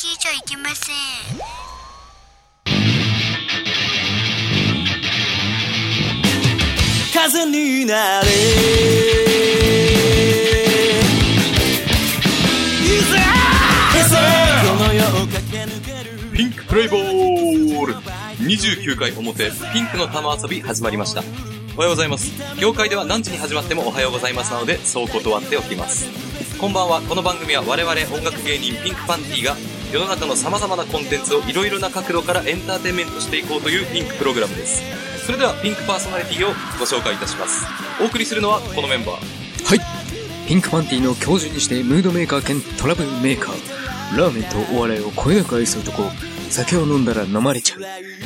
日以上行きません風になれこの世を駆け抜けるピンクプレイボール29回表、ピンクの玉遊び始まりました。おはようございます。業界では何時に始まってもおはようございますなので、そう断っておきます。こんばんは、この番組は我々音楽芸人ピンクパンティが世の中の様々なコンテンツをいろいろな角度からエンターテインメントしていこうというピンクプログラムです。それではピンクパーソナリティをご紹介いたします。お送りするのはこのメンバー。はい。ピンクパンティの教授にしてムードメーカー兼トラブルメーカー。ラーメンとお笑いをこよなく愛す男。酒を飲んだら飲まれちゃう。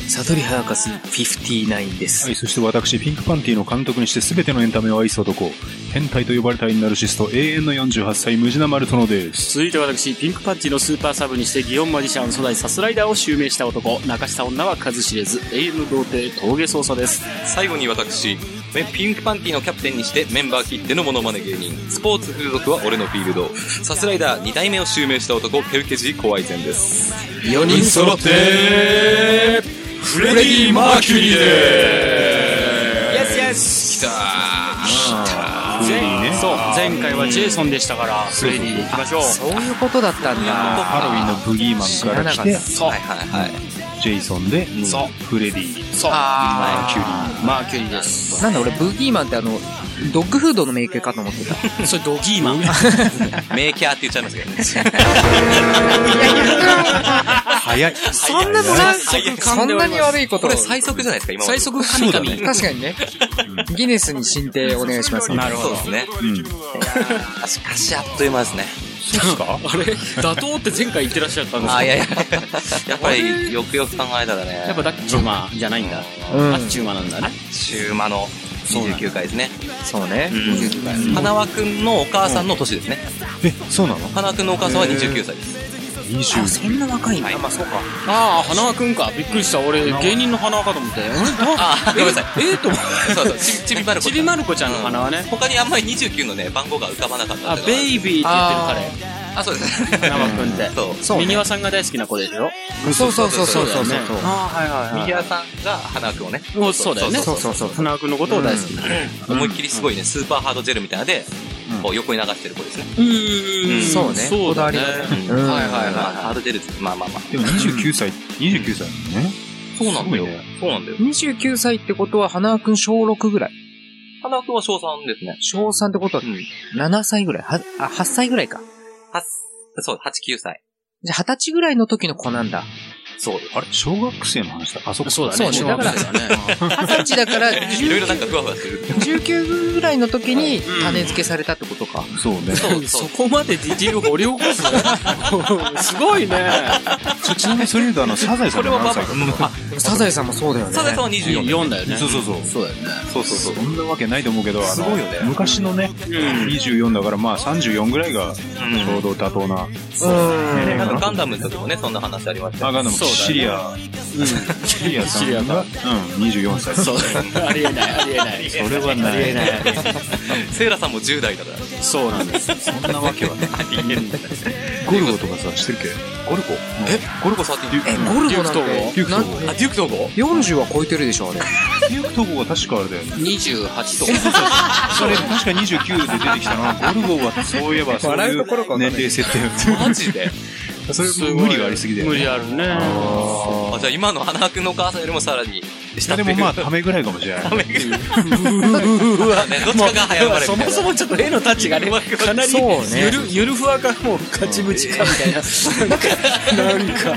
悟りハーカス59です。はい、そして私、ピンクパンティの監督にして全てのエンタメを愛す男、変態と呼ばれたナルシスト、永遠の48歳、ムジナ・マルトノです。続いて私ピンクパンチのスーパーサブにして祇園マジシャン初代サスライダーを襲名した男泣かした女は数知れず永遠の童貞峠捜査です最後に私めピンクパンティのキャプテンにしてメンバー切ってのモノマネ芸人スポーツ風俗は俺のフィールドサスライダー2代目を襲名した男ケウケジーコワイゼンです4人揃って、フレディ・マーキュリーですフレディね。そう前回はジェイソンでしたからフレディ行きましょうそういうことだったんだ。ハロウィンのブギーマンから来て、そうはいはいはいジェイソンで、そうフレディ、そうあマーキュリーですなんだ俺、ブギーマンってあの、ドッグフードのメーカーかと思ってた。それドギー マンメイキャーって言っちゃいましたけどね早い。そんなのな、最速そんなに悪いことこれ最速じゃないですか今まで最速神々、 確かにね。ギネスに申請お願いします。なるほそうどですねうん。しかしあっという間ですねあれ打倒って前回言ってらっしゃったんですあけいどやいややっぱりよくよく考えたらねやっぱダッチューマじゃないんだ、うんダッチューマなんだね週間の29回ですねそうね。うん花輪くんのお母さんの年ですねえ、そうなの花輪くんのお母さんは29歳です ?20 そんな若いんだ。まあそうかああ花輪くんかびっくりした俺芸人の花輪かと思ってああごめんなさいえっと思ってそうそうちびちびまる子ちびまる子ちゃんの花輪ね、他にあんまり29のね番号が浮かばなかったあ、ベイイビーって言ってる彼。あそうですね生くんって。 そうそうねミニワさんが大好きな子でしょそうそうそうそうそうそう。ねああ、はいはいはい。右輪さんが花輪くんをねもうそうだよね。そうそうそう。花輪くんのことを大好きな。思いっきりすごいねスーパーハードジェルみたいなのでこう横に流してる子ですねうんそうねそうだね。うんはいはいはいハードジェルってまあまあまあでも29歳、29歳なのね。そうなんだよすごいねそうなんだよ29歳ってことは、花輪くん小6ぐらい。花輪くんは小3ですね小3ってことはう、ん7歳ぐらいは、あ、8歳ぐらいか。はそう89歳じゃあ、20歳ぐらいの時の子なんだ。そうですあれ小学生の話だ。あ、そっか。そうだそうね。ね小学生だね。 20歳だから、いろいろなん19かふわふわする19ぐらいの時に種付けされたってことか。そうね。そうそそうこまでディティール掘り起こす のすごいね。ちちなみにそれ言うと、あの、サザエさこんれのはま何あま歳あか。でもサザエさんもそうだよね。サザエさんは24 4だよね。そうそうそう。そうだよね。そうそうそうそんなわけないと思うけど、あのすごいよね昔のね、24だから、まあ34ぐらいがちょうど妥当な。うん。なんかガンダムの時もね、そんな話ありましたあ、よね。ガンダム、そうだねシリア、シリアさシリアんさんが、うん、24歳。そうだ よねありえない、ありえない。それはない。セイラさんも10代だから。そうなんです。そんなわけはない。ゴルゴとかさ、してるっけゴルゴえゴルゴ触ってデュみるえ、ーゴルゴなんデューて、クな統ん合。あ、デューク統合40は超えてるでしょ、あれ。デューク統合は確かあれだよね。 28とか。それ、確か29で出てきたな。ゴルゴはそういえば、そう笑いうところうかな年齢設定だったマジで それ無理がありすぎだよ無ね。理あるね。あ、じゃあ今の花輪くんのお母さんよりもさらに下ってでいう。もまあ、ためぐらいかもしれない。あ、ね、どっちかが早生まれみたそいな。もそもちょっと絵のタッチがね、かなりそうねゆる、ゆるふわかもうカチムチかみたいな。なんか、なんか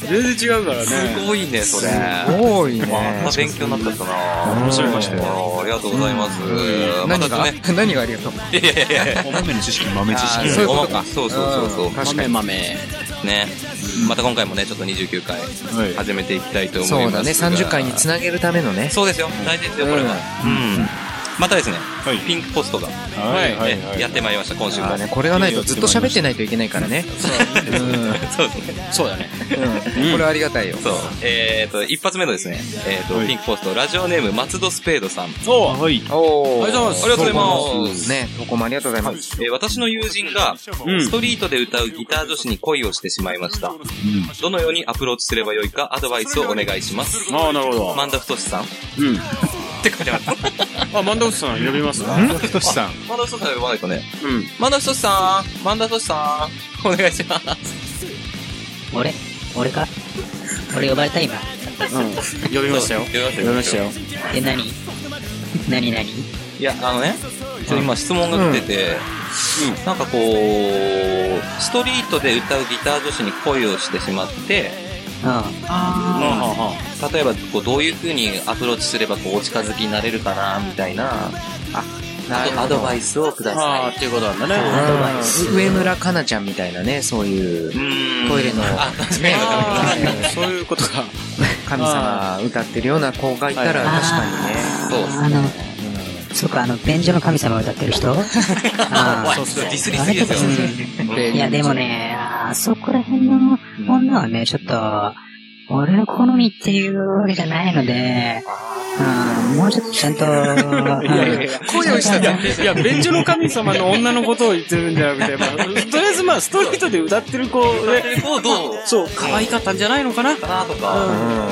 全然違うからね。すごいね、それ。多いまねあ、。勉強になったかな面白いままししたたよ。ありがとうございます。ま何たがね。何がありがとう。いやいやいやいや。豆の知識、豆知あー識。そういうことかそうそうそうそう。確かに。豆。ね。また今回もね、ちょっと29回い始めていきたいと思いそまうすが。だね、30回につなげるためのね。そうですよ。大事ですよ、これは。うん。またですね、はいピンクポストが、ねはいはいはいはいやってまいりました、今週もあ。ーね、これがないとずっと喋ってないといけないからね。 そうですね。そうだね。うんうんこれはありがたいよ。そう。えっと、一発目のですね、えっとは、いピンクポスト、ラジオネーム、松戸スペードさん。おはい。おーありがとうございますありがとうございますね、どこもありがとうございます。えー私の友人が、うんストリートで歌うギター女子に恋をしてしまいました。うん。どのようにアプローチすればよいか、アドバイスをお願いします。ああ、なるほど。萬田太さんってうん。書 いてます。あ、マンダウスさん呼びますかひとしさん。萬田太さんは呼ばないとね。うん。萬田太さん萬田太さんお願いします。俺俺か俺呼ばれた今うん。呼びましたよ。そう呼びました呼びましたよ。よえ何何何いや、あのね、ちょっと今質問が来てて、なんかこう、ストリートで歌うギター女子に恋をしてしまって、あはあはあは例えばこうどういう風にアプローチすればこうお近づきになれるかな、みたいな、あ、なるほどアドバイスをくだあはあさっていうことなんだね。うん上村かなちゃんみたいなね、そうい。いう、うーんトイレの、あ、確かに。あねーそういうことか。神様が歌ってるような子がいたらあ確かにね。ーそうっすあのそうかあの便所の神様を歌ってる人あ ーそうそう、ディスりすぎですよ。いや、でもね、あそこら辺の女はね、ちょっと、俺の好みっていうわけじゃないので、うん、もうちょっとちゃん と、うん恋をした前いや、便所の神様の女のことを言ってるんじゃなくて、まあ、とりあえずまあ、ストリートで歌ってる子で、をどうそう、可愛かったんじゃないのかな。かなとか、うん。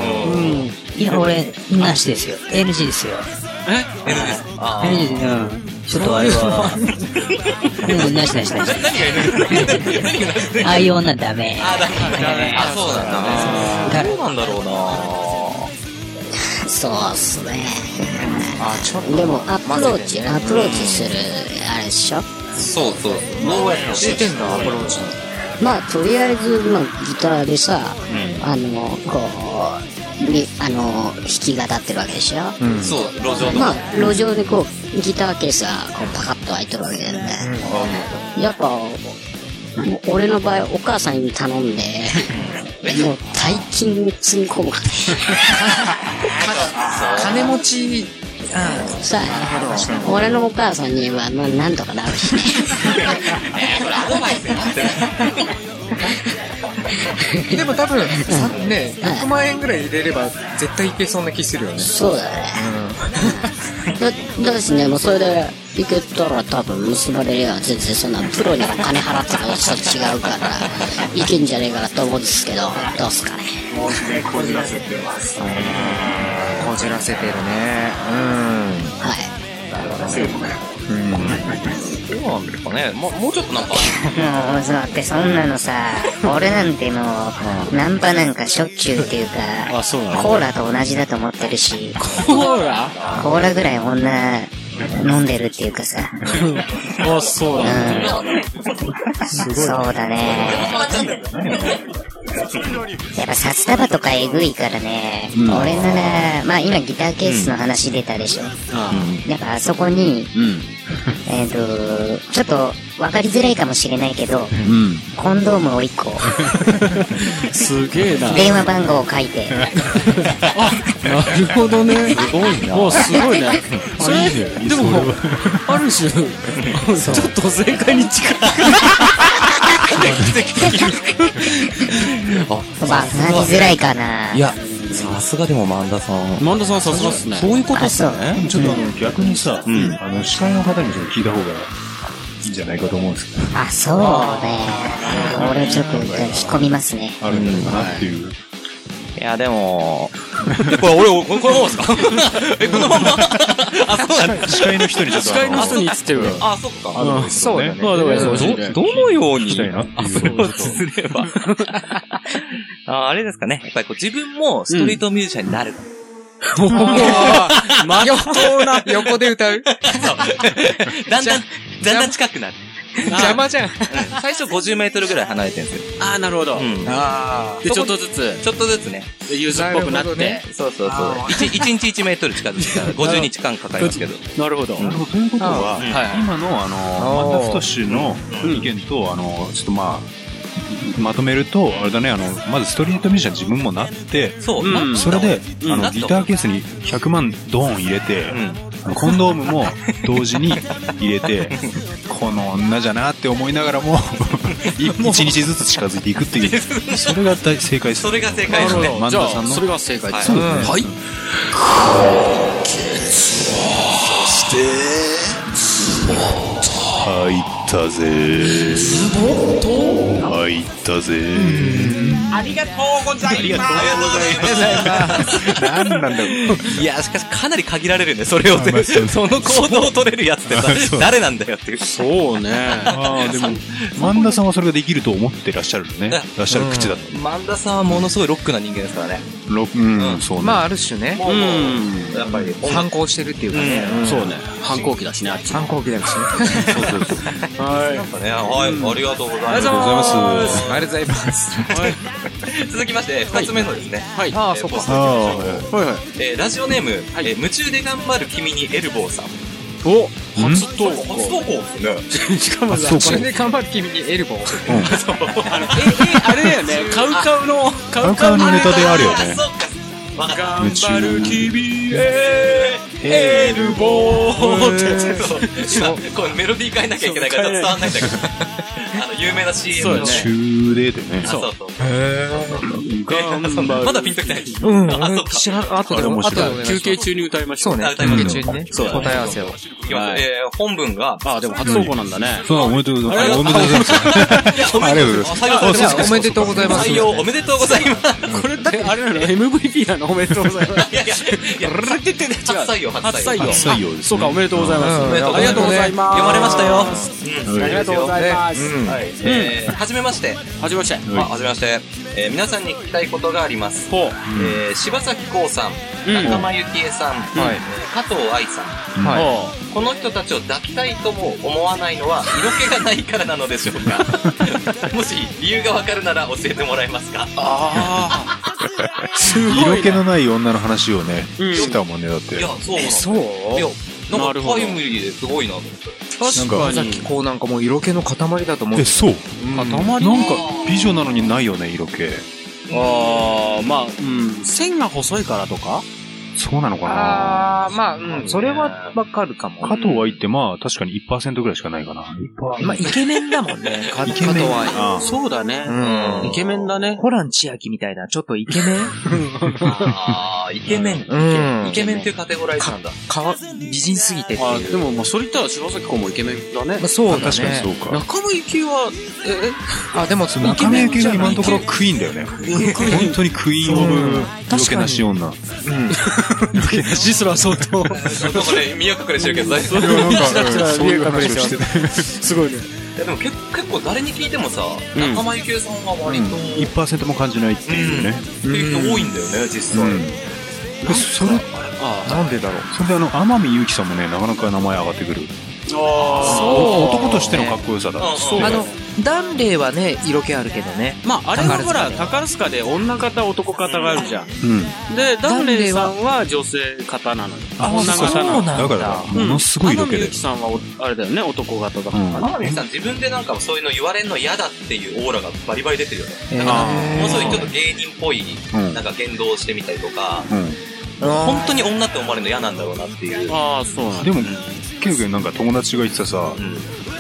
うん。いや、俺、なしですよ。NG ですよ。寝るんです。あー NG ですよ。うんちょっとあれは、うんなしなしなし。ああいう女ダメ。あ、だから、あ、そうなんだね。どうなんだろうなそうっすね。あ、ちょっと。でも、アプローチ、混ぜてねアプローチする、あれでしょそうそう。どうやって知ってんだ、アプローチ。まあ、とりあえず、まあ、ギターでさ、あの、こう、に、あの、弾き語ってるわけでしょそう、路上の。まあ、路上でこう、ギターケースが、こう、パカッと開いてるわけだよね。やっぱ、俺の場合、お母さんに頼んで、もう、大金に積み込むから金持ち、さあ、俺のお母さんには、まあ、なんとかなるしね。でも多分、さね、100万円ぐらい入れれば絶対いけそうな気するよね。そうだね。だ、だしね、もうそれで、行けたら多分結ばれりゃ全然そんなプロにお金払ってたのとちょっと違うから、いけんじゃねえかなと思うんですけど、どうっすかね。こじらせてるね。はい。うん。うん。そうなんですかね。もう、もうちょっとなんか、もうそうってそんな のさ俺なんてもうナンパなんかしょっちゅうっていうかあ、そうなコーラと同じだと思ってるしコーラコーラぐらい女飲んでるっていうかさあ、そうだね。うんそうだねやっぱ札束とかえぐいからね、俺ならまあ今ギターケースの話出たでしょ、やっぱあそこに、えっ、とちょっと分かりづらいかもしれないけど、コンドームを1個すげえな。電話番号を書いて、なるほどね。すごいな。もうすごいね。それ、でも、ある種、ちょっと正解に近い。分かりづらいかな。や、さすがでも万田さん。万田さんさすがっすね。そういうことっすよあね。ちょっとあの、逆にさ、あの、司会の方にちょっと聞いた方がいいんじゃないかと思うんですけど、あ、そうね。俺ちょっとじゃあ引っ込みますね。あるんだろうなっていう。いや、でも、これ、俺、ここのままですかえ、このままあ、そうなんだ。司会の人にちょっと司会の人に言ってるわ。あ、そっか。あの、アドバイスをねまあでもそうそうど、どのようにしたいなっていうアプ ローチすれば。ああれですかね。やっぱりこう自分もストリートミュージシャンになる。 まっとうな。横で歌うだんだん、だんだん近くなる。邪魔じゃん。最初50メートルぐらい離れてるんですよ。ああ、なるほど。うん。あで、ちょっとずつ、ちょっとずつね。ユーズっぽくなっなるほどねて。そうそうそうあ。 1, 日1メートル近づいたら50日間かかりますけど。なるほど。なるほど、ということは、うんはい。今の、あの、あーまた太氏の意見と、あの、ちょっとまあ、まとめると、あれだね、あの、まずストリートミュージシャン自分もなって、そう。うんなったそれで、うんあなの、ったギターケースに100万ドーン入れて、うん。あコンドームも同時に入れて、この女じゃなって思いながらも、い一日ずつ近づいていくっていう。それが大正解です。それが正解ですね。マンじダゃさあ、んのそれが正解です。そううんですねはい。入ったぜー。入ったぜー。ありがとうございます。ありがとうございます。何なんだろう。いや、しかしかなり限られるね、それを。あまあそうその行動を取れるやつってさそう誰なんだよっていう。そうね。ああ、でも、万田さんはそれができると思ってらっしゃるのね。らっしゃる口だと。万田さんはものすごいロックな人間ですからね。ろうん、そうね。まあ、ある種ね、もう、やっぱり、反抗してるっていうかね。んそうね。反抗期だしね、あっち。反抗期だしね。ね、はい、ありがとうございます。ありがとうございます。ありがとうございます。続きまして、二つ目のですね。はい。あえあ、ーそうポストか。あはいはい。えーラジオネーム、えー夢中で頑張る君にエルボーさん。おうん初投稿。初投稿ですね。しかもさ、これで頑張る君にエルボー。あのえ、え、あれだよ ね。カウカウの、カカウカウのネタであるよそねっか。わかった。あ、夢中なんだエルボーってちょっと今これメロディー変えなきゃいけないから伝わんないんだけど あの有名な CM のね中ででねあ。そうそうウまだピンときないうん、あそっ俺か知らん、後であれ面も、後で白いお願いしま休す憩中に歌いましょ。そううねあ、歌い休ましょう憩中にね、そうだね答え合わせを。いきますはいえー本文があ、でも初投稿なんだね。そう、おめでとうございます。おめでとうございます。ありがとうございます。採用されてじまゃあす、おめでとうございます。採用おめでとうございますこれだってあれなの ?MVP なのおめでとうございます。いやいやいや初採用初採用。初採用ですねそうか、おめでとうございます。うんありがとうございます。読まれましたよありがとうございます。えーはじめましてはじめまして。あはじめましてえー皆さんに聞きたいことがありますほう。えー柴咲コウさんうん仲間由紀恵さんえはいー加藤愛さんはほこの人たちを抱きたいとも思わないのは色気がないからなのでしょうかもし理由がわかるなら教えてもらえますかう。すい。ごい色気ね。のない女の話をね、うんしてたもんね、だっいて。やそうなんだそういやななんるかほどタイムリーですごいなと思ってなん確か、かさっにき。こうなんかもう色気の塊だと思う。え、そう。塊なんか、美女なのにないよね、色気。ああ、まあ、うん。線が細いからとかそうなのかなああ、まあ、うん、それはわかるかも。加藤愛ってまあ、確かに1%ぐらいしかないかな。まあ、イケメンだもんね。加藤愛。あそうだね。うんイケメンだね。ホラン千秋みたいな、ちょっとイケメンああイケメンうんイケメンっていうカテゴライズなんだ かわ、美人すぎてってあいーでう。も、まあ、それ言ったら柴咲コウもイケメンだねまあ。そうだね。確かにそうか。中村幸恵は、え、あ、でも、そのイケ中メ目ン系じゃがない今のところクイーンだよね。本当にクイーンオうんブ、色気なし女。え、ジスラ相当。そうこれ見隠れしてるけど大丈夫いやなんからうんそういう話をしてて。すごいね。いやでも結結構誰に聞いてもさうん仲間由紀恵さんは割とっ1%も感じないっていうね。ていう人多いんだよね実際えそれ、あなんでだろう。それであの、天海祐希さんもね、なかなか名前上がってくる。あ男としてのかっこよさだ。そうあの、ダンレイはね、色気あるけどね。まあ、あれはほら、宝塚宝塚ででは女方、男方があるじゃん。うん。で、ダダンンレレイイさはんは女性方なのよ。あ女そう方なのそうなんだだから、ものすごい色気天海で祐。希さんはお、あれだよね、男方だかうんら。天海さん自分でなんかそういうの言われんの嫌だっていうオーラがバリバリ出てるよねえーもうすごいちょっと芸人っぽいうんなんか言動をしてみたりとかう本当に女って思われるの嫌なんだろうなっていう。ああ、そうなんん。だで。も、ケウケウなんか友達が言ってたさ、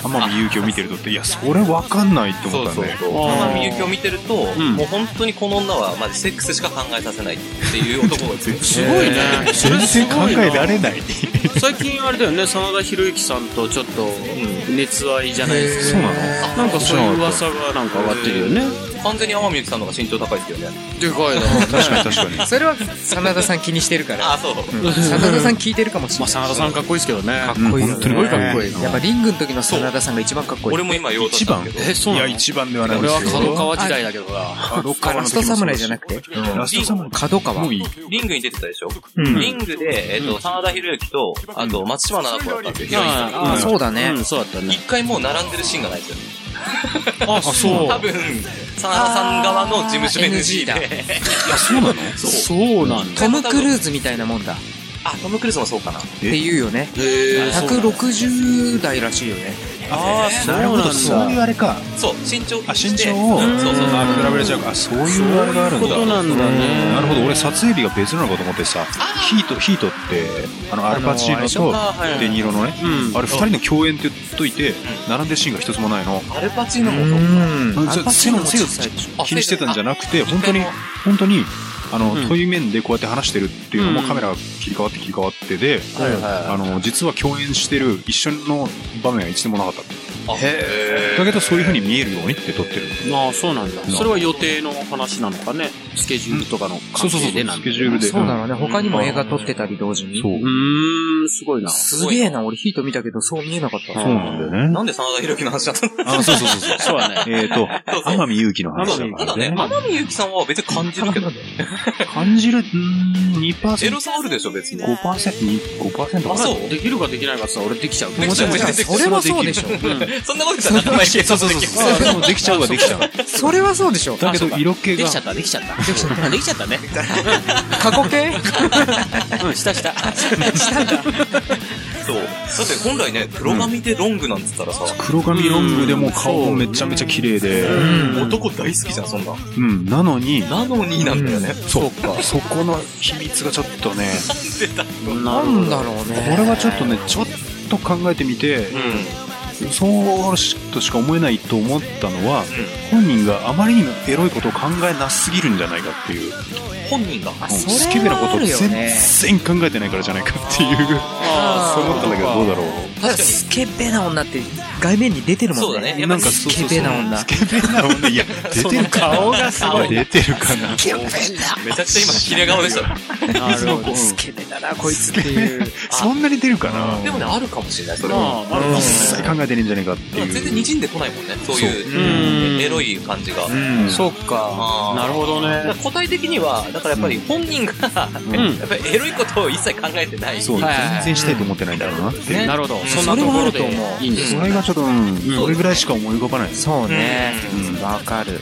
天海祐希を見てるとって、いや、それわかんないって思そっうたんそうだよ。そう。あー天海祐希を見てると、んもう本当にこの女はまずセックスしか考えさせないっていう男がいてす ごいね。それす全然ご考いなえられない。最近あれだよね、真田広之さんとちょっと、熱愛じゃないですそうなのか。なんかそういう噂がなんか上がってるよね。完全に天海祐希さんの方が身長高いですよね。でかいな。確かに確かに。それは、真田さん気にしてるから。あ、そう。真田さん聞いてるかもしまれあ、な真い。田さんかっこいいですけどね。かっこいいよね。うん本当にかっこいいやっぱリングの時の真田さんが一番かっこいい。俺も今言おうとしたんだけど。え、そういなや、の一番ではない俺ですはよ。角川時代だけどな。角あラスト侍じゃなくてうんラスト侍。角川。もういい。リングに出てたでしょ、リングで、えっ、と、真田広之と、あと、松島菜々子だったんですよ。ああそうだねうん、そうだったね一。回もう並んでるシーンがないですよ。あ、そ 多分、真田さん側の事務所 NG で。あー NG でう。そうなんだ。トム・クルーズみたいなもんだ。っあ、トム・クルーズもそうかな。て言うよね。へーそうなんだ160代らしいよね。へああ、そうなるほど、そういうあれか。そう、身長を気あ、にし身て長を、そうそうそう。あ比べれちゃうか。あ、そういうあれがあるんだ。そういうことなんだねなるほど、俺撮影日が別なのかと思ってさ、ヒート、ヒートって、あの、アルパチーノとデニーロのね、あれ二人の共演って言っといて、並んでるシーンが一つもないの。アルパチーノもうそう。ん。アルパチーノも小さいでしょ気にしてたんじゃなくて、本当に、本当に、あの、という面でこうやって話してるっていうのもうんカメラが切り替わって切り替わってで、あの、実は共演してる一緒の場面は一度もなかったって。だけどそういう風に見えるようにって撮ってる。ああ、そうなんだ。それは予定の話なのかね。スケジュールとかの関係でなんスだケジュールで。そうなのね。他にも映画撮ってたり同時に。そう。うーん、すごいな。すげえな、俺ヒート見たけどそう見えなかった。そうなんだよね。なんで真田広樹の話だったんだあ、そうそうそうそう。そうだね。 えっと、天海祐希のた話だからだねね、。天海祐希さんは別に感じるけど、感じる、うーん、エ2%。ロさあるでしょ、別に。 5%、5%まか。そうだできるかできないかさ、俺できちゃう。できちゃうできちゃうできちゃうそれはそうでしょ。そんなこと言ったら仲間いけそうそうそう。あでもできちゃうはできちゃう。それはそうでしょ。だけど色気でがきちゃ、った、できちゃった。できちゃった。できちゃったね。過去形うん、したした。 そう。だって本来ね、黒髪でロングなんつったらさ、黒髪ロングでもう顔もめちゃめちゃ綺麗で、男大好きじゃん、そんな。うん、なのに、なのになんだよね。そうか、そこの秘密がちょっとね、ななんだろうこね。れはちょっとね、ちょっと考えてみて、そうとしか思えないと思ったのは、本人があまりにもエロいことを考えなすぎるんじゃないかっていう、本人が。うんそれはスケベなことをあるよ全ね然考えてないからじゃないかっていう、そう思ったんだけど、どうだろう。ただスケベな女って外面に出てるもんね。そうだね。やっぱなんりかスそうケそうそうベな女ス。ケベな女、いや、出てる顔がすごい。出てるかな。めちゃくちゃ今、切れ顔でした。なるほど。スケベだな、こいつっていう。そんなに出るか な。でもね、あるかもしれない、それまは。あ、あるかも一切考えてねえんじゃねえかって全いう。然滲んでこないもんね、そうういんう、エロい感じが。うん。そうか。あーなるほどだからね。答え的には、だからやっぱり本人が、うんやっぱりエロいことを一切考えてない。そう、はい全然したいと思ってないんだろうなっていう。なるほど。そんなところでいいんですそよれね。がちょっと、うん、それぐらいしか思い浮かばないです。そうね。うんわかる。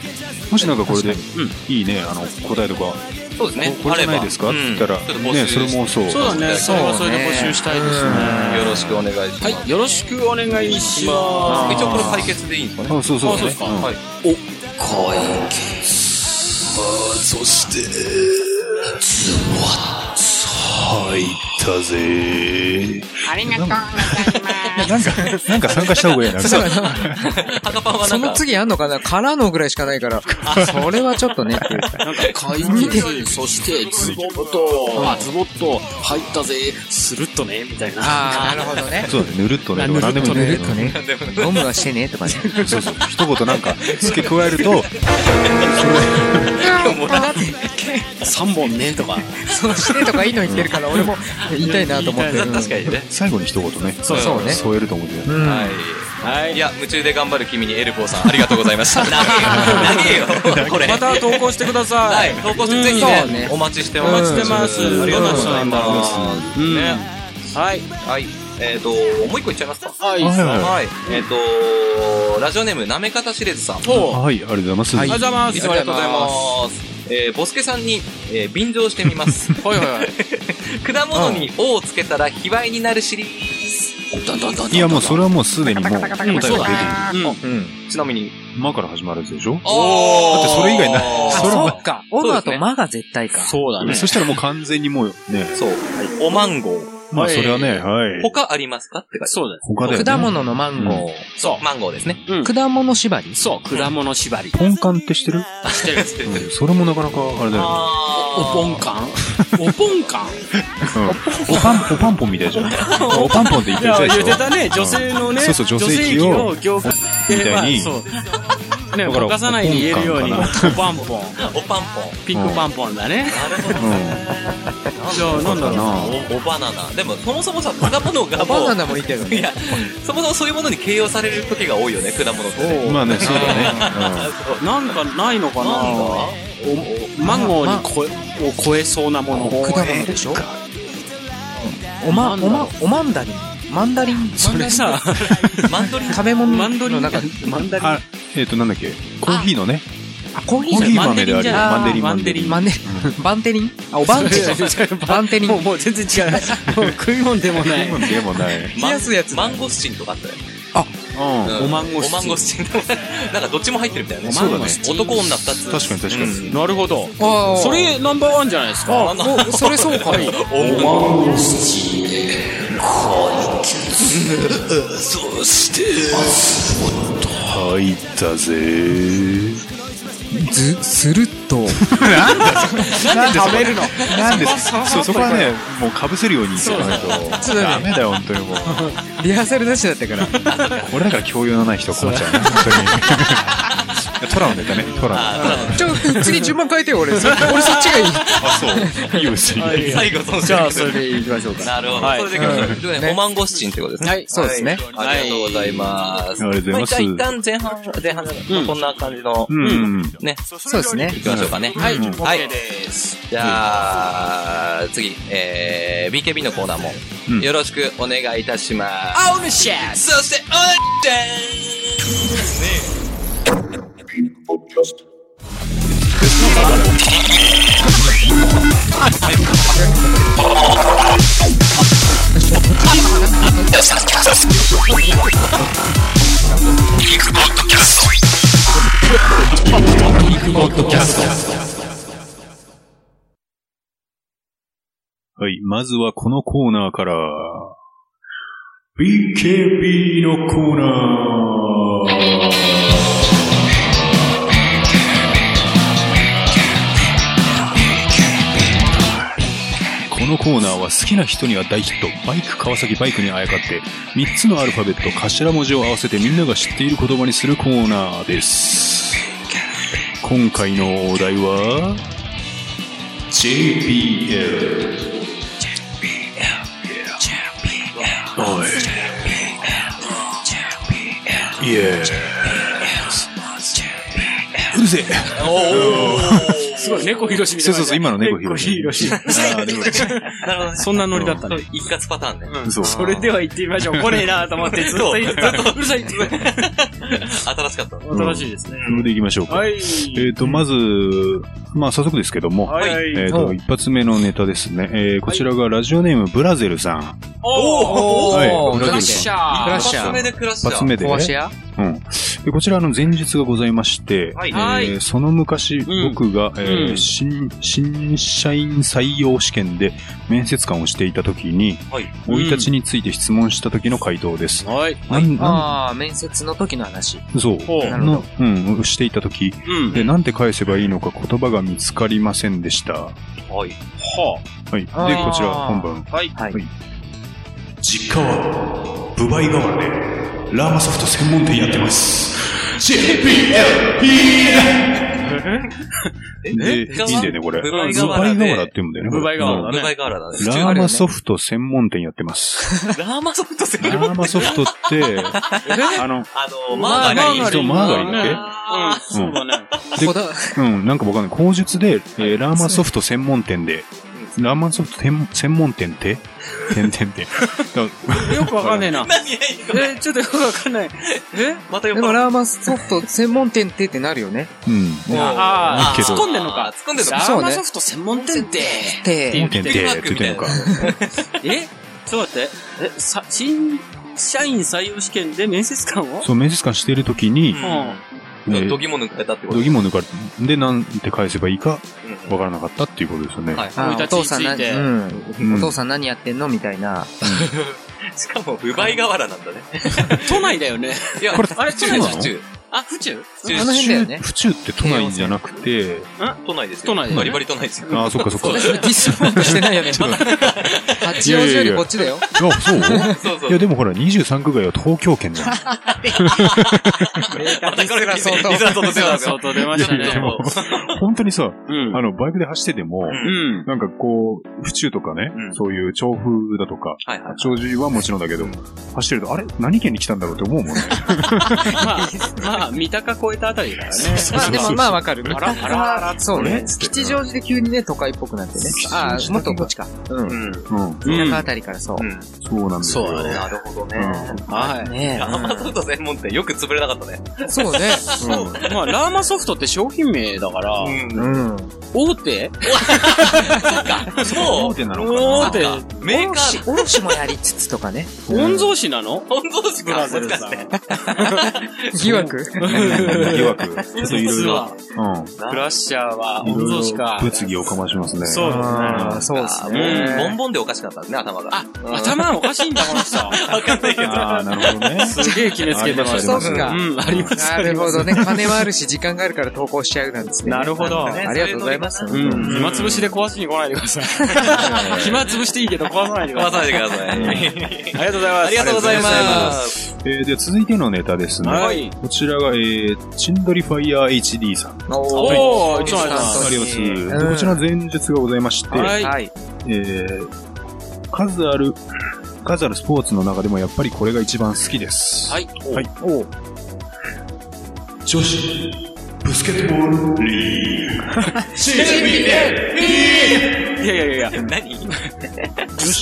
もしなんかこれで、うんいいね、あの、答えとか、そうですね。これじゃないですかあっればて言ったら、うんちょっと募集ね、それもそう。そうだね。それはそれで募集したいですね。よろしくお願いします。はい、よろしくお願いしま一す。応これ解決でいいんですかね。あ、そうそうあそうですかんはい入った ぜありがとうございます。なんか、なんか参加した方がいいな。そうだハカパンはなそんのか、次あんのかなからのぐらいしかないから。それはちょっとねっていう。なんか解決、そして、ズボッと、あ、ズボッと、入ったぜ、スルッとね、みたいな。ああ、なるほどね。そうだね、ぬるっとね、あとか何でもいいぬねるっとね。ゴムはしてねとかね。そうそう。一言なんか付け加えると、 3本ね、とか。 そうしてとかいいの言ってるから、俺も言いたいなと思ってる。確かにね。最後に一言ね、そうそうね。添えると思うんだよね。うんはい。いや、夢中で頑張る君にエルポーさん、ありがとうございました。投げよ。 これ。また投稿してくださ。はいい。投稿してぜひそうねね、お待ちしておます。待ちしてます。ありがとうございます。うんね。はい。はい。えっと、もう一個いっちゃいますか。はい。はいはいははい。えっと、ラジオネーム、なめかたしれずさん。い。はい、ありがとうございます。ありがとうございます。いつもありがとうございます。えー、ボスケさんに、えー便乗してみます。 はいはいはい。 果物に「お」をつけたら卑猥になるシリーいや、もうそれはもうすでにもう、答えが出てる。ズちなみにまから始まるやつでしょおだってそれ以外ないあ、 それそはっか。オナとマが絶対か。そうだね。そしたらもう完全にもうね、そう、おマンゴーまあそれはね、はい。他ありますかって感じそうだね。他だよね。果物のマンゴそうマンゴーですねうんー。果物縛りそう、果物縛り。ポンカンって知ってるしてる。 うんそれもなかなかあれだよね。おぽんかんおぽんかんうんおパン、おパンポンみたいじゃん。おパンポンって言ってたでしょ。たね、女性のそうそう女性器を業界みたいにそう。ね、だからぼかさないに言えるように、ポンおパンポン。おパンピンクパンポンだね。じゃあ、なんだろうな。かなポンおバナナでもそもそもさ果物があもバナうナもいいけどいね。やそもそもそういうものに形容される時が多いよね果物ってねまあね、そうだね。なんかないのかなおおマンゴーに超え、を超えそうなもの。果物でしょおま、おま、おマンダリン。マンダリン。それさ、マンドリン 食べ物マンドリのン中で。マンダうんあ、えっと、なんだっけコーヒーのね。あ、コーヒコーじゃーヒーん。豆であるよマンデリン。マンデリンマンデリン。バンテリンあ、おバンテリン。バンテリンもう、。もう全 然違う。もう食い物でもない。マンデリンでもない。冷やすやつマンマンゴスチンとかあったよねあ、うん。おマンゴスおチンマンゴスチン。 なんかどっちも入ってるみたいなね。そうだね男女二つ。確かに確かに。なるほど。それナンバーワンじゃないですか。おそれそうかも。入ったぜ。ず、するっと、なんで食べるのなんでそうそこはね、もうかぶせるようにいかないと。ダメだよ、本当に もう。リハーサルなしだったから。これだから教養のない人は困っちゃうね、本当に。 トラのネタね、トラの。ちょ、次順番変えてよ、俺。そ俺そっちがいい。あ、そう。いいよ、別に。最後、そのじゃあそれでいきましょうか。なるほはど。いそれで今日はね、おマンゴスチンってことですね。はいそうですね。ありがとうございます。はいありがとうございますあ一旦前半、前半じゃないまあこんな感じの、うん。ね、そうですね行。きましょうかね。はい。はい。じゃあ、次、えー、BKB のコーナーも、うんよろしくお願いいたします。オルシャそして、おっちゃはい、まずはこのコーナーから。BKB のコーナー。このコーナーは好きな人には大ヒット、バイク川崎バイクにあやかって、3つのアルファベット頭文字を合わせてみんなが知っている言葉にするコーナーです。今回のお題は、JBL。Oh, yeah. Yeah. うるせえ。すごい、猫ひろしみたそいうな。そうそう、今の猫ひろし。猫ひろしあー猫ひろしんなるほど ね。そんなノリだったそうね。一括パターンね。そうそれでは行ってみましょう。これなと思って、ずっと言ってた、ずっとうるさい、うるさい。新しかった。新しいですね。それで行きましょうか。はい。えっと、まず、まあ、早速ですけども、はい。はいえっと、一発目のネタですね。えーこちらがラジオネームブラゼルさん。おーはいおーブクララッジシャークラッ一シャー発目でクラッシ一ャー。発目で。壊し屋うん。でこちら、あの、前日がございまして、はいえはいーその昔、ん僕が、えーうん新、新社員採用試験で面接官をしていた時に、はい生い立ちについて質問した時の回答です。はい。なんなああ、面接の時の話。んそう。おうなるほどの、うん、していた時、うん。で、なんて返せばいいのか言葉が見つかりませんでした。ははい。い。で、こあーちら、本文。はい。はい。実家は、ブバイ川で、ラーマソフト専門店やってます。JPLP! で、いいんだよね、これ。ブブババイイ川川で原って言うんだよね。これブバイ川原だねルバイガーラだね。ラーマソフト専門店やってます。ラーマソフト専ラ門ーマソフトって、あの、あの、マーガリン。マーガリンマーガリンだっけうん、そうだね。でこだうん、なんか僕はね、口述で、えーラーマンソフト専門店で、ラーマンソフト専専門店って点点点。だよくわかんねえな。何え、ちょっとよくわかんない。えまたでよもラーマンソフト専門店ってってなるよね。うん。ああ、けど突っ込んでんのか。突っ込んでんのかラそうーねマソフト専門店って。で、点点って言ってるのか。えちょっと待って。え、さ、新社員採用試験で面接官をそう、面接官してる時に、う。うんえー度肝抜かれたってことどぎも抜かれて、で、なんて返せばいいかうんわからなかったっていうことですよね。はいあ生いー立ちおに父つさんい何、てうんうん、お父さん何やってんのみたいな。しかも、奪い瓦なんだね。都内だよね。いや、これあれ、そうなの府中。あ、府中府中あの辺だよね。府中って都内じゃなくて、都内ですよ。都内だよねバリバリ都内ですよ。ああ、そっかそっか。私 ディスフォーク してないよね。八王子よりこっちだよ。あ、そうそうそう。いや、でもほら、23区外は東京圏なの。またこれがリス相当ナーと出たんです相よ。当出ましたいやいやね。でも本当にさ、うんあの、バイクで走ってても、うん。 なんかこう、府中とかね、うんそういう調布だとか、はいはい。八王子はもちろんだけど、走ってると、あれ何県に来たんだろうって思うもんね。まあ、ままあ、三鷹越えたあたりだからね。まあでもまあわかる。あらあらあらそうあれね。吉祥寺で急にね、都会っぽくなってね。ああ、もっとこっちか。ううん。ん。うん。田舎あたりからそう。うん。そうなんですよ。そうだね。なるほどね。はい。ねラーマソフト専門店よく潰れなかったね。え。そうね。まあ、ラーマソフトって商品名だから、ん。うん。大手そう大手なのかな大 手。メーカー、おろしもやりつつとかね。御曹司なの本当しか、もしかして。疑惑。疑惑。ちょっといろい実 ろは。うん。クラッシャーは色御曹司々か。物議をかましますね。そうですねあーそうですうね。んボンボンでおかしかったね、頭が。あ、頭おかしいんだ、この人。わかんないけど。ああ、なるほどね。すげえ決めつけてました。そうかうん、あります。なるほどね。金はあるし、時間があるから投稿しちゃうなんですね。なるほど。ありがとうございます。うん、暇つぶしで壊しに来ないでください。暇つぶしていいけど壊さないでくだ壊ささないい。でください。ありがとうございます。 ありがとうございます。えー、では続いてのネタですね。はいこちらが、えー、チンドリファイヤー HD さん。おー、いつもありがとうございます。あります。んでこちら前述がございまして、はいはい。えー、数ある、数あるスポーツの中でもやっぱりこれが一番好きです。はい。はい。お女子、ブスケットボールリーグ。いやいやいやいや、何女子、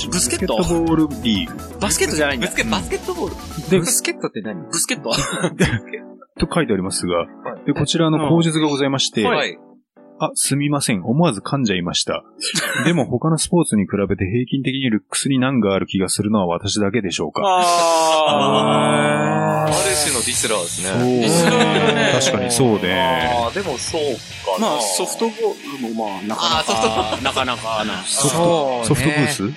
ブスケットブスケットボールリーグ。バスケットじゃないんぶだつ。け、バスケットボールでブ、スケットって何ブスケットと書いてありますが、で、こちらの口述がございまして、はい。あ、すみません。思わず噛んじゃいました。でも他のスポーツに比べて平均的にルックスに難がある気がするのは私だけでしょうか。あある種のディスラーですそうね。ね確かにそうね。あー、でもそうかー。まあ、ソフトボールもまあ、なかなあーソフトボか、なかなかな。ソフト、ソフトブース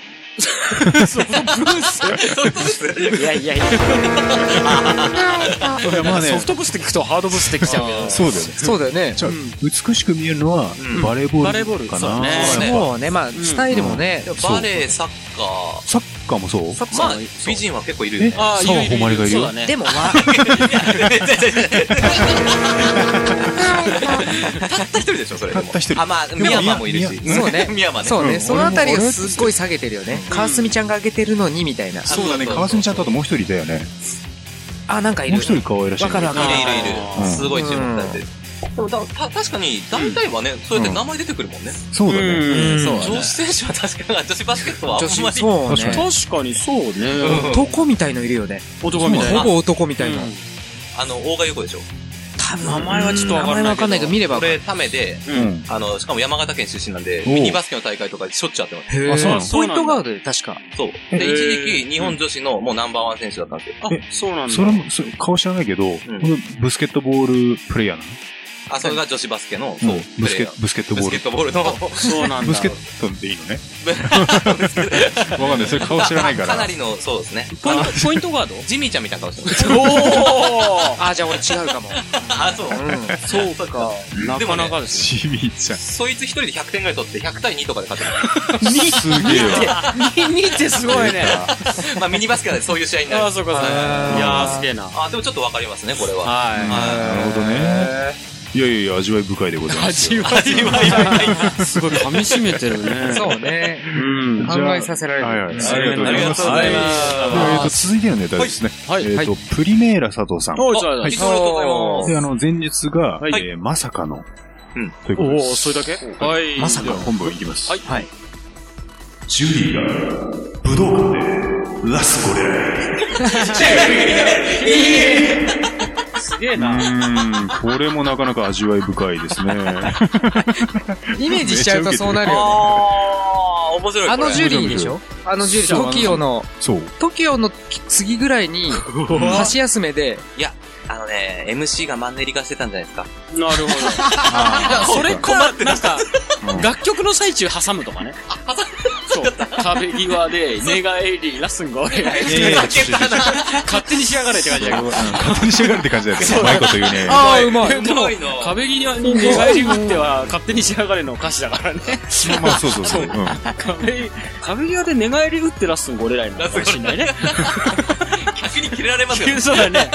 いやいやいや。まあねソフトブスって聞くとハードブスってきちゃうけど。そうだよ ね。そうだよね。じゃあ、美しく見えるのはうんバレーボバレーボーールルかそうなね。そうね。まあ、スタイルもね。バレー、サッカサッカーもそうー。まあ、美人は結構いるよえね。あ沢誉がいるそうよだ。ね。でも、わ、たった一人でしょ、それ。たった一人あ、まあ、ミヤマもいるし。ミヤそうねミヤマね。 そううね。んそのあたりをすっごい下げてるよね。川澄ちゃんが上げてるのに、みたいな。そうだね。川澄ちゃんとあともう一人だよね。あ、なんかいる。もう一人可愛らしい。わかるわいかる。るいるいる。うんすごい注目されてる。でもだ、た、確かに、大体はね、そうやって名前出てくるもんね。そうだね。うん女子選手は確かに、女子バスケットはあん女ま子、り。そう確ね。確かにそうね。うん男みたいのいるよね。男みたいほな。ぼ男みたいな。あの、大賀優子でしょ。多分名前はちょっとわか名らないけど前わかんないけど、見ればわこかる。れ、ためで、う。うんん。あの、しかも山形県出身なんで、おうミニバスケの大会とかしょっちゅうあってます。へあそうなーのポイントガードで確か。そう。えで、一時期、日本女子のもうナンバーワン選手だったんですよ。あ、そうなんだ。それも、そ顔知らないけど、ブスケットボールプレイヤーなのあ、それが女子バスケの、そう、ブプレスイケヤーブスケットブボスケールッ。トボールの、そうなんだ。ブスケットでいいのね。 わかんない。それ顔知らないから。かなりの、そうですね。ポイント、ポイントガードジミーちゃんみたいな顔してます。おあ、じゃあ俺違う かも。 あ、そう。ーそうか。なかなかですね。ちみちゃん。そいつ一人で100点ぐらい取って、100対2とかで勝ってすげえわ。 2ってすごいね。る。まあ、ミニバスケはそういう試合になる。あ、そうかそうか。いやー、すげえな。あ、でもちょっとわかりますね、これは。はなるほどね。いやいやいや、味わい深いでございい。ますよ。わい深い。すごい噛み締めてるね。そうね。うん。じゃあ考えさせられるはいはい。ありがとうございます。ありがとうございますでえーと続いてのネタですね。はいえっと、プリメーラ佐藤さん。おい、あはいいつもありがとうございます。で、あの、前日が、はいえーまさかのうん、というおことおでー、す。それだけはい。まさかの本部いきます。はいはい。ジュリーが、武道館で、ラスゴレラすげえな。うーん、これもなかなか味わい深い ですね。イメージしちゃうとそうなるよね。あー、面白い。あのジュれリーでしょあのジュリー。そう TOKIO の、そう。 TOKIO の次ぐらいに、箸休めで、あのね、MC がマンネリ化してたんじゃないですか。なるほど。いや、それか、なんか、楽曲の最中挟むとかね。そう。壁際で、ネガエリー、ラスンゴーレ、 勝手にしやがれって感じだけど。勝手にしやがるって感じだけど、うまいこと言うね。ああ、うまい。でも、壁際に寝返り打っては、勝手にしやがれの歌詞だからね。まあまあ、そうそうそう。うん 壁、壁際で寝返り打ってラスンゴレライのかもしれないね。逆に切れられますよ ね。そうだね。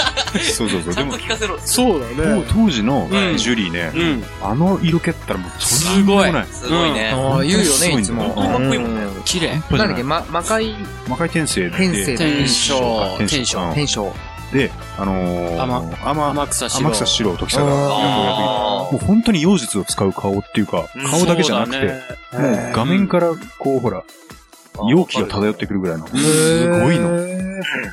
そうそうそう。ちでゃんもと、聞かせろ。すそうだもう。当時のうんジュリーね、うん。あの色気ったらもうとんでもない。ごいね。ああ、言うよね、いつも。かっこいいもんね。綺麗。半端じゃなんなだっけ、いま、魔界魔界転生で。転生天章天天章章か天章。で、あのー、天天草天四郎天草四郎ときさが、よくやっていてあもう本当に妖術を使う顔っていうか、顔だけじゃなくて、もう画面からこう、ほら、ー容器が漂ってくるぐらいの、すごいの。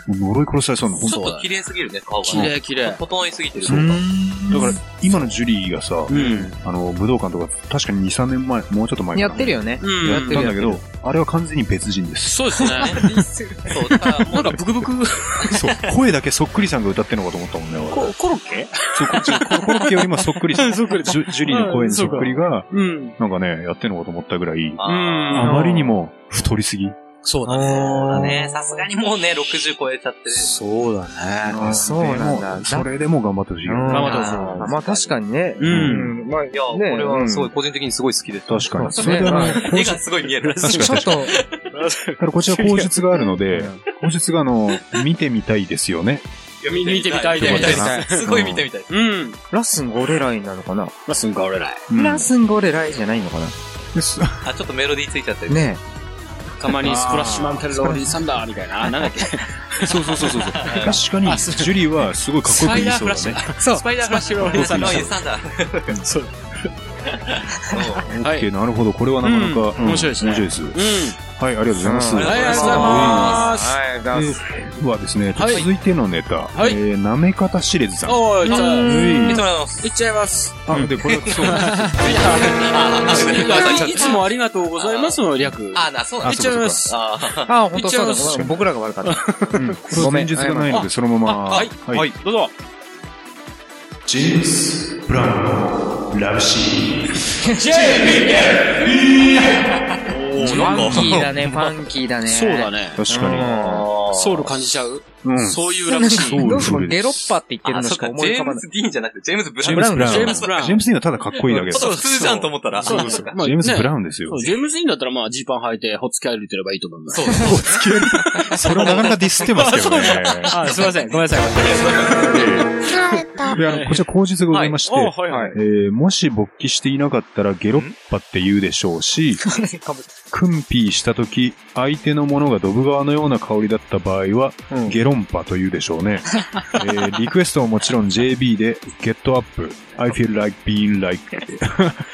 もう呪い殺されそうな、本ち当ょっだと綺麗すぎるね、顔が。綺。麗綺麗。整いすぎてる。そうだ。だから、今のジュリーがさ、うん。あの、武道館とか、確かに2、3年前、もうちょっと前かやなってるよね。うやっん。たんだけど、あれは完全に別人です。 そうですね。そう、だからもなうんかブクブク。そう。声だけそっくりさんが歌ってるのかと思ったもんね、俺ココロッケそう、こっちコロコロッケよりもそっくりさん。ジュジュリーの声にそっくりが、うん。なんかね、やってんのかと思ったぐらい、あうーあん。まりにも太りすぎ。そうだそうだね。ね。さすがにもうね、60超えちゃってる。そうだね。そうなんだ。それでも頑張ってほしいよ。頑張ってほしいあまあ確かにね。んう。まあ、ねいや、これはすごい、うん個人的にすごい好きです。確かに。そうそれであの、ね 口絵述がすごい見えるらしい。確ちょかにっ。と、だからこちら口述があるのでうん、口述があの、見てみたいですよね。見 見てみたいで、見てみみたたいいな。なすごい見てみたい。うん。ラッスンゴレラインなのかなラスンガ俺ら。うんラッスンゴレラインじゃないのかなですあ、ちょっとメロディーついちゃってる。ねたまにスプラッシュマンタルザオリーサンダーみたいな。 あなんだっけそうそうそうそう。確かに、ジュリーはすごいかっこよく見えそうだスパイダーフラッシュね。そうスパイダーフラッシュオリーサンダロ イース。タンダー。そう。オッはいケー、なるほど。これはなかなか、うん面白いですね面白いです。うん。はい、ありがとうございます。うんはいありがとうございます。はい、ダンス。ではですね、はい続いてのネタ、はいえー、なめ方しれずさん。おー、いっちゃう。う見いてもらいます。いっちゃいます。あ、で、これはそ うなんですいつもありがとうございますの略。あ、な、そうなんいっちゃいます。ああ、本当そういっちゃいますだ。僕らが悪かった。うんこれは前日がないので、そのまま。はい。はい。どうぞ。ジェース・ブラウン、ラブシー。ファンキーだね、ファンキーだね。そうだね。確かソウル感じちゃうに。うん。そういうラブシーン。うどうですもゲロッパって言ってーるあ、のそしっかか、思ジいェ浮かームばない。ズ・ディーンじゃなくて、ジェームズ・ブラウン。ジェームズ・ブラウジン。ェームズブラウンジェームズ・ディーンはただかっこいいだけだ。そう、普通じゃんと思ったら。そうそうそう。ジェームズ・ブラウンですよそ。うジェームズ・インだったら、まあ、ジーパン履いて、ホッツキャ入れてればいいと思います。そう。 それをなかなかディスってますけどね。あ、すいません。ごめんなさい。で、あの、こちら口述がございまして、はいおはいはえーもし勃起していなかったらゲロッパって言うでしょ うし、クンピーしたとき、相手のものがドブ川のような香りだった場合は、うんゲロンパと言うでしょうね。えーリクエストはもちろん JB で、Get Up, I feel like being like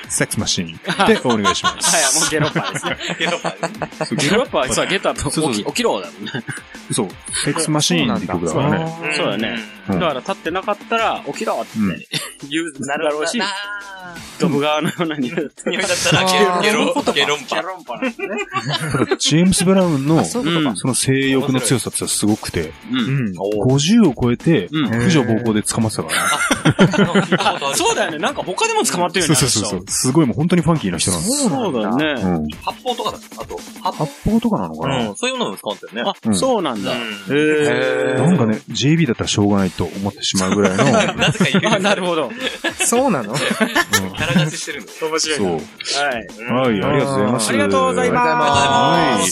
sex machine でお願いします。はい、もうゲロッパーですね。ゲロッパーねそうゲロッパー、さ、ゲタそうそう起き起きろだもんね。そう、セックスマシーンって曲だからね。ね。そうだね。うんだから、立ってなかったら、起きろってうん言うだろうし、なドブ川のよう な匂いだった匂いだったら、ゲロ、ゲロンパ。ロンパなんですね。ただジェームス・ブラウンの、そそういうことかの性欲の強さってすごくて、うん。 50を超えて、うん駆除暴行で捕まってたからね。あ、そうだよね。なんか他でも捕まってるよそね。うそうそうそう。すごいもう本当にファンキーな人なんです。あの人そうだうね。ん。発砲とかだあと、発発砲とかなのかな、砲。そういうのも使うんだよね。あ、うんそうなんだ。うへなんかね、JB だったらしょうがないと思ってしまうぐら いの、ん。なぜかいる。あ、なるほど。そうなのキャラ勝ちしてるんだ。面白いな。そはう。い。はい、ありがとうございます。ありがとうございまはい。え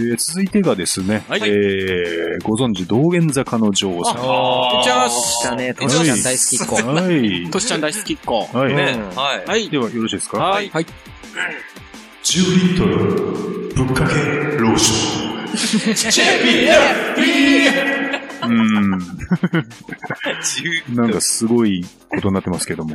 ー続いてがですね、はいえーご存知、道玄坂の女王さん。こちらます。だね、トシちゃん大好きっ子。はい。トシちゃん大好きっ子。はい。ねうんはい。はい。では、よろしいですかはい。はい。 10リットルぶっかけロ ーション。うーん。なんかすごいことになってますけども。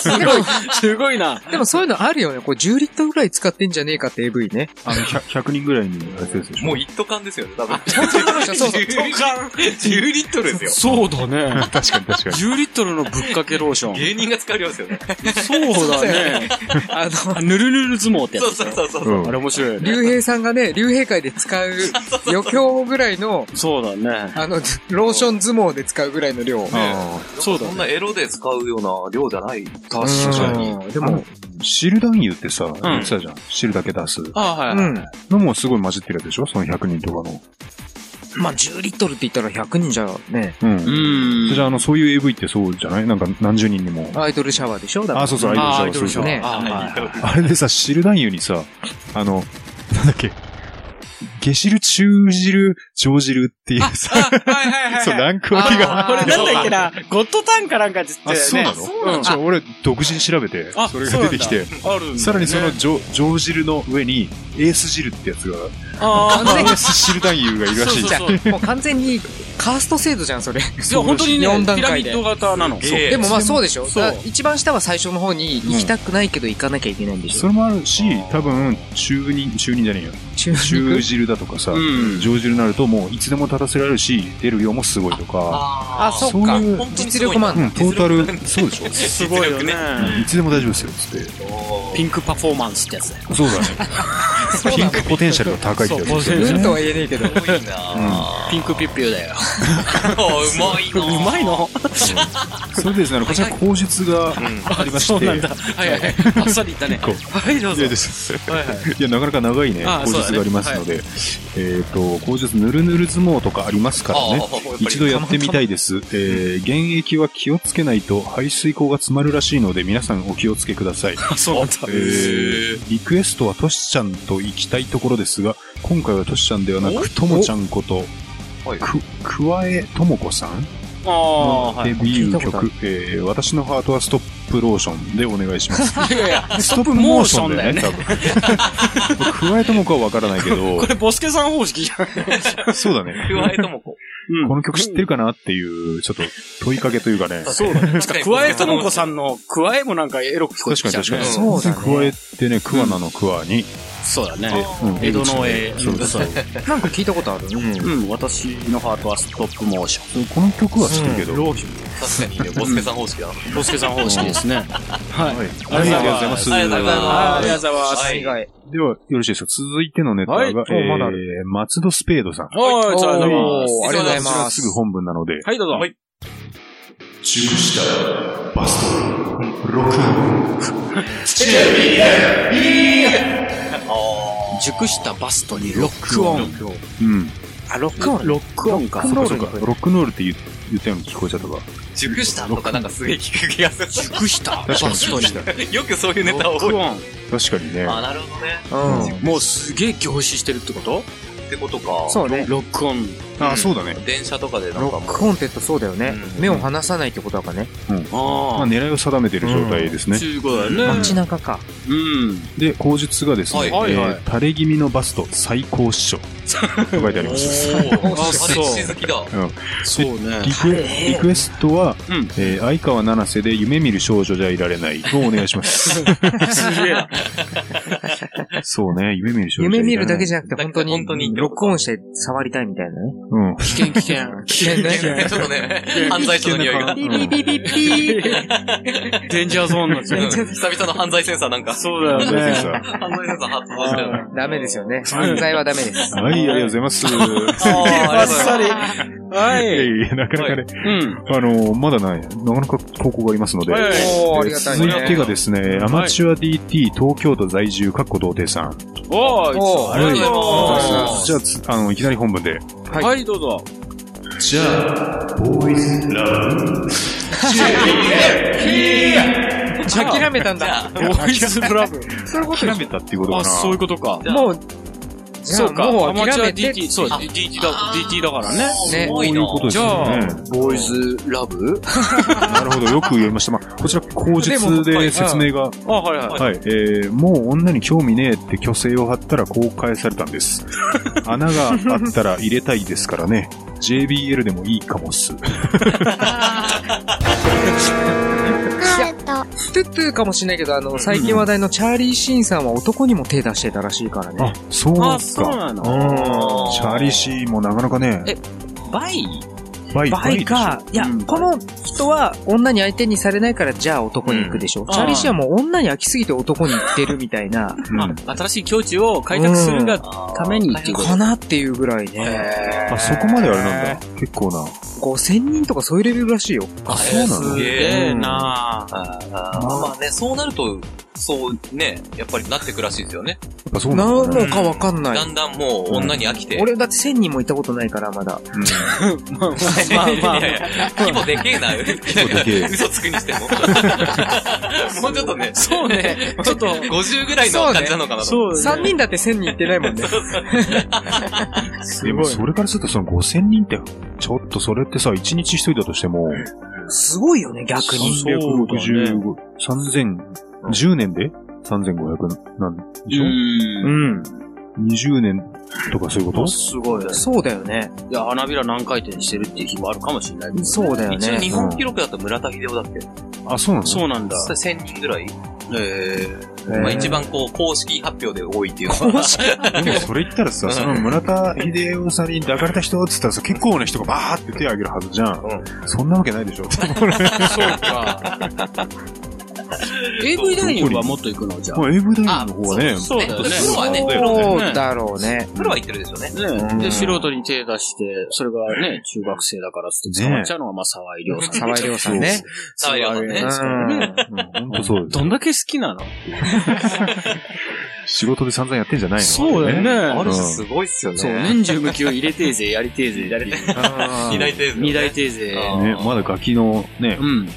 すごい、すごいな。でもそういうのあるよね。これ10リットルぐらい使ってんじゃねえかって AV ね。 あの、100, 100人ぐらいにあれですでしょもう一斗缶ですよね、多分。そうそう。 10リットルですよ。そうだね。確かに確かに。 10リットルのぶっかけローション。芸人が使う量ですよね。そうだね。あの、あぬるぬる相撲ってやそうつ。そうそうそう。うんあれ面白いよね。竜兵さんがね、竜兵会で使う余興ぐらいの、そうだね。あの、ローション相撲で使うぐらいの量。あそうだそんね。なエロで使うような量じゃない。確うんであのも、、汁男優ってさ、言ってたじゃん。汁だけ出す。あはういはい。ん。のもすごい混じってるやつでしょその100人とかの。まあ、10リットルって言ったら100人じゃね、うん。うじゃあ、あの、そういう AV ってそうじゃないなんか何十人にも。アイドルシャワーでしょだあ、そうそう、あアアイイドドルルシシャャワワー、ーね。あはいそうじゃん。 あれでさ、汁男優にさ、あの、なんだっけ、下汁、中汁、上汁っていうさ、はいはいはい。そう、ランク分けが。あこれなんだっけな、ゴッドタンかなんかって言あ、ってそうね。なのちょ俺、独自に調べてあ、それが出てきて、あるんださらにそのね上上汁の上に、エース汁ってやつが、あエース汁男優がいるらしい。そうそうそうもう完全にカースト制度じゃん、それ。いや、本当にね、 4段ピラ階ミでッド型なの。えそうえでもまあそうでしょそうだから一番下は最初の方に行きたくないけど行かなきゃいけないんでしそょ、れもあるし、多分、中任、中任じゃね えよ。中肉中汁だとかさ、うん上汁になるともういつでも立たせられるし、出る量もすごいとか、ああ、ーそっかそういう。実力もあるうん、トータル、そうでしょすごいよね。うんいつでも大丈夫ですよ、つって。ピンクパフォーマンスってやつだよ。そうだね。ピンクポテンシャルが高いってやつですよね。うんとは言えねえけど。すごいなあピンクピュッピュだよ。うまいなうまいのそれでですね、あのこちら口述がありまして、そうなんだ。はいはい。あっさりいったね。こうはい、どういぞや。ですはいはいいや、なかなか長いね、ああ口述がありますので、えっと、口述ぬるぬる相撲とかありますからああね、一度やってみたいです。えー、現役は気をつけないと排水口が詰まるらしいので、皆さんお気をつけください。あそうなんだ。えーリクエストはトシちゃんと行きたいところですが、今回はトシちゃんではなく、ともちゃんこと、はいく、くわえともこさんああ、はい。デビュー聞いたこ曲、えー私のハートはストップローションでお願いします。いやいや、ストップモーションだよね、多分。 加えともかはわからないけどこ、れボスケさん方式じゃん。そうだね。加えともこ。うんこの曲知ってるかなっていう、ちょっと問いかけというかね。そうだね。確かに。確かに加えともこさんの加えもなんかエロく聞こえ確てかきにちゃう確かに。ねそうだね加えってね、桑名の桑に、そうだでね。うん江戸の絵。そうそううなんか聞いたことある。ん、私のハートはストップモーショこの曲は知ってるけど。はい確かにね、ボスケさん方式だな。ン。ボスケさん方式ですね。はい。ありがとうございます。ありがとうございますありがとうございます。ははいい。では、よろしいですか続いてのネタが、はいおえーまだあ松戸スペードさん。おーありがとうございます。おーありがとうございこちらまはすす。ぐ本文なので、はい、どうぞ。はい中止したバスト6。熟したバストにロックオン。うん。あ、ロックオンロックオンか。そうかそうか。ロックンロールって言言ったように聞こえちゃったか。熟したとかなんかすげえ聞く気がす熟したバ確かにストに。る。 よくそういうネタをロッ覚クえオン。確かにね。あ、なるほどね。うん。もうすげえ凝視してるってことってことか。そうね。ロックオン。あ、そうだね。電車とかでなんロかもッうクオンテッドそうだよね。うん目を離さないってことだからね。まああ狙いを定めてる状態ですあ。ね。中古だよね。街中か。うん。で、口述がですね、はいえはいはいー垂れ気味のバスト最高師匠と書いてあります。おお、あそう彼氏好きだ。そうねリ。クエリクエストは、うんえー相川七瀬で夢見る少女じゃいられないをお願いします。すげえな。そうね、夢見る少女じ夢ゃ見いらるれないだけじゃなくて本当に、本当にロックオンして触りたいみたいなね。うん。危険危険。危険だよね。ちょっとね、犯罪者の匂いが。ピピピピピ デンジャーゾーンになっちゃう。久々の犯罪センサーなんか。そうだよそうでねす。か犯罪センサー発動してる。ダメですよね。犯罪はダメです。はい、ありがとうございます。ああっさり。はいやい。いやなかなかね、うん。あのーまだない、なかなか投稿がありますので、はいはいおー、あえりーがたい続ね。いてがですね、アマチュア DT 東京都在住、かっこ童貞さん。おー、いつもありがとうございまじゃあつ、あの、いきなり本文で。す。はい、どうぞ。じゃあ、ボーイズラブ。諦めたんだ。ボーイズブラブ。諦めたっていうことか あ、な。そういうことか。もう、そうか。もアうマ諦チュアめて。 DT、そう、DT だ、DT だからね。ねそういうことですよね。ボーイズラブなるほど、よく言いました。まあ、こちら、口述で説明が、あ、はいはい。はい、えー、もう女に興味ねえって虚勢を張ったら公開されたん です。穴があったら入れたいですからね。JBL でもいいかもっす。トゥットゥかもしれないけど、あの、最近話題のチャーリー・シーンさんは男にも手出してたらしいからね。あ、そうあ、か。そうなの。うんチャーリーシーンもなかなかね、バイバイバイか、いや、うんこの人は女に相手にされないから、じゃあ男に行くでしょ。んチャーリーシーンはもう女に飽きすぎて男に行ってるみたいな、うんあ、新しい境地を開拓するがためにっていうことかなっていうぐらいね、あ、そこまであれなんだ。結構な。 5000人とかそういうレベルらしいよ。あ、そうなすのげえ なあーまあね、そうなると、そうね、やっぱりなってくらしいですよね。やっぱそうななののかわかんないだ。んだんもう女に飽きて。俺だって1000人も行ったことないから、まだ。まあ まあ。いやいや、規模でけえな、模でけえ嘘つくにしても。もうちょっとね、そうね。ちょっ と、 50ぐらいの感じなのかなと思っう3人だって1000人行ってないもんね。でもそれからするとその5000人って、ちょっとそれってさ、1日1人だとしても、すごいよね、逆に。 365、3010年で ?3500 なんでしょん。 20年とかそういうことすごい。そうだよね。いや、花びら何回転してるっていう日もあるかもしれないけど。そうだよ一応日ね。本記録だと村田秀夫だっけあ、そうなのそうなんだ。実際1000人ぐらいええー、ーまあ一番こう、公式発表で多いっていうか。公 式でもそれ言ったらさ、その村田秀夫さんに抱かれた人って言ったらさ、結構な人がバーって手を挙げるはずじゃん。そんなわけないでしょ。そうか。AV 男優はもっと行くのじゃあ。もう AV 大学の方はね、そうだよね。プロはね、そうだろうね。プロは言ってるでしょうね。ねで、素人に手出して、それがね、中学生だからっつって捕まっちゃうのが、まあ、沢井亮さん。沢井亮さんね。沢井亮さんね。うんほんとそうですどんだけ好きなの仕事で散々やってんじゃないのそうだよね。あれるう種んすごいっすよね。そう、年中無休入れてえぜ、やりてえぜ、やりてえぜ。二大テー二大定勢。あね、まだガキのね、うん。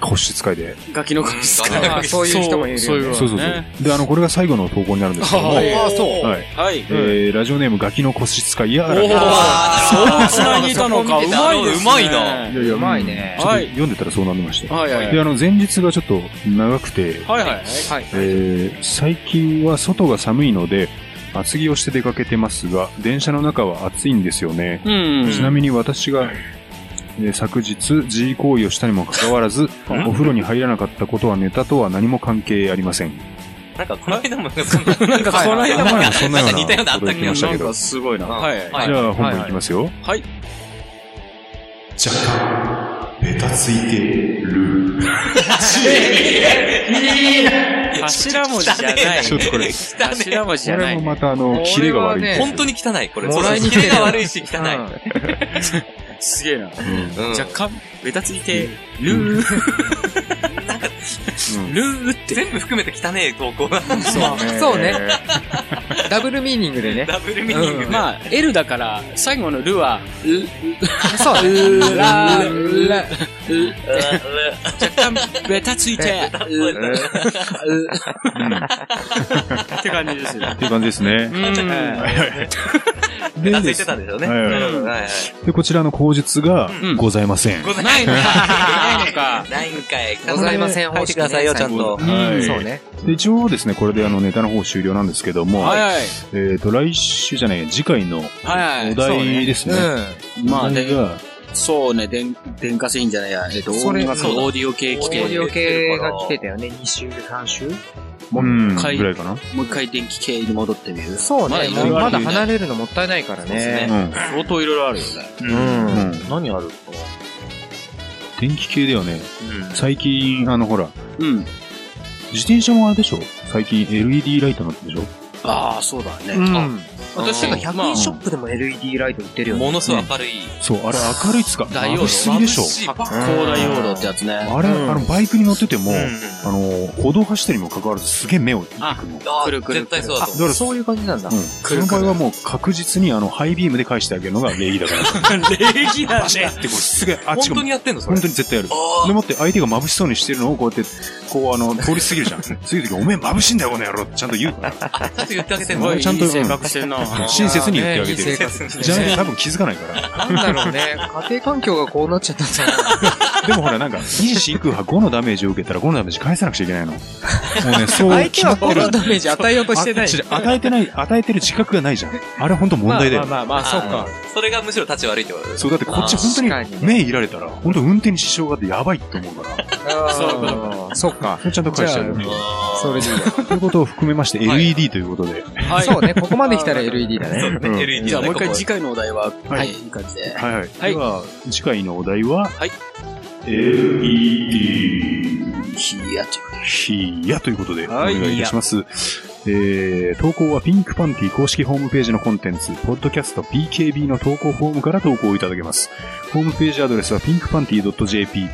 腰使いで。ガキの神使うんまあそういう人もいるよねそういうそうそうそう。で、あの、これが最後の投稿になるんですけども、はいああ、そう。はい。はい。えーラジオネームガキの腰使いやらおお、いそう繋いでいたのか。うまいですね。うまいな。やいや、うまいねちょっとはい読んでたらそうなりました。はいはい。で、あの、前日がちょっと長くて、はいはい。はい。えー最近は外が寒いので、厚着をして出かけてますが、電車の中は暑いんですよね。うん。ちなみに私が、えー昨日、G 行為をしたにもかかわらず、お風呂に入らなかったことはネタとは何も関係ありません。なんか、この間も、なんか、はいこの間もはいなんか、そんなような似たようなあったけこと言ってまどし。たなけんどかすごいな。はいはい。はいじゃあ本文いきますよ。はい。若干、ベタついてる。頭文字じゃない。ちょっとこれ、頭文字じこゃなれいもね。またあの、ねキレが悪い。俺はね本当に汚い、これ。もらいに来キてるレが悪いし、汚い。すげえな。うん若干、ベタついて、ルー、うんルーって。全部含めて汚え投稿が。そうね。ダブルミーニングでね。ダ ブルミーニング。まあ、L だから、最後のルは、ル、そうね。ラーラル、若干、ベタついて、ル、ル、って感じですよ。っていう感じですね。うん。で脱いてたんでしょうね。はいはいうんはいはいで、こちらの口述がうんございません。ございまないのか。ないのか。ないんかい。ございません書いてくださいよ、ちゃんと。はいそうね。で一応ですね、これであのネタの方終了なんですけども、はいはい。えっ、と、来週じゃない、次回のはいはいお題ですうね。ん。まあ、お題で、が、そうね、電、電化製品じゃないや。えっと、それ音楽、オーディオ系オ来ーてデ、ィオ系が来てたよね。2週、3週うん、回ぐらいかな。もう一回電気系に戻ってみる。そうまだね。いろもいうろあるまよだね離れるのもったいないからね。うん。相当いろいろあるよね。うんうん何ある電気系ではね、最近、あの、ほら、うん。自転車もあれでしょ最近 LED ライトになったでしょああ、そうだね。うん。私が100円ショップでも LED ライト売ってるよね。ものすごい明るい。そう、あれ明るいっつうか、ダイオード眩しすぎでしょ眩いバ高カ大用道ってやつね。あれ、うんあの、バイクに乗ってても、うんあの、歩道走ってるにもかかわらず、すげえ目をあくの。あくるくる絶対そうだあ、とだからそういう感じなんだう。ん。その場合はもう確実に、あの、ハイビームで返してあげるのが礼儀だから。礼儀だね。ってこう、すげえ、あっ本ちが当にやってんのそれ本。当に絶対やる。でもって相手が眩しそうにしてるのをこうやって、こうあの、通り過ぎるじゃん。過ぎる時、おめえ眩しいんだよ、この野郎ってちゃんと言うかちゃら。んと言ってあげてすんのごい、ちゃんといい性格してんな。親切に言ってあげているや。ーねいい 生活じゃないと多分気づかないから。なんだろうね。家庭環境がこうなっちゃったんだろうでもほら、なんか、二次真空波5のダメージを受けたら5のダメージ返さなくちゃいけないの。もうね、そう 相決手まはってこるの。ダメージ与えようとしてない。あ違う与えてない、与えてる自覚がないじゃん。あれ本当問題だよ。まあまあまあ、そうか。それがむしろ立ち悪いってことです。そう、だってこっち本あー確当かにに目いられたら、本当運転に支障があってやばいって思うから、うんそうか。ちゃんと返してあげる。それでいいよ。ということを含めまして LED ということで。はい。そうね、ここまで来たら LED だそうね。うんね。LED じゃあだねもう一回ここ次回のお題は、ははいい、いい感じで。はいはい。はいでは、次回のお題は、はい LED いや、ちょっヒやということで、おはい願いいたします。えー、投稿はピンクパンティ公式ホームページのコンテンツ、ポッドキャスト PKB の投稿フォームから投稿いただけます。ホームページアドレスは pinkpanty.jp、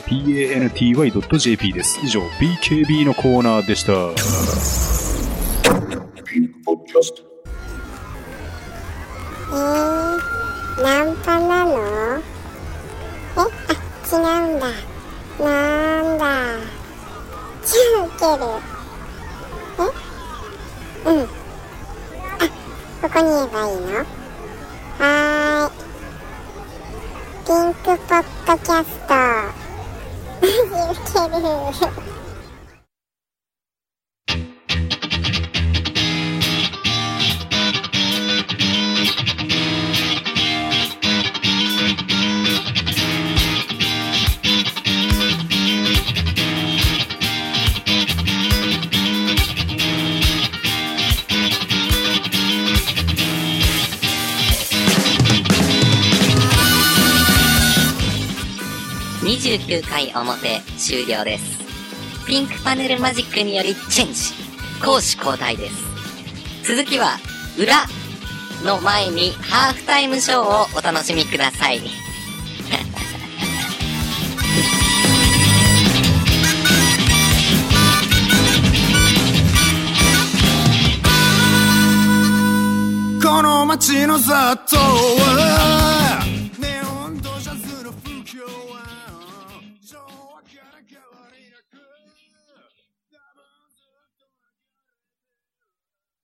pinkpanty.jp です。以上、PKB のコーナーでした。えー、ナンパなのえ、あ、違うんだ。なんだ。じゃあ受ける。えうん。あ、ここに言えばいいのはーい。ピンクポッドキャスト。 マジ受ける。 29回表終了ですピンクパネルマジックによりチェンジ攻守交代です続きは裏の前にハーフタイムショーをお楽しみくださいこの街の雑踏は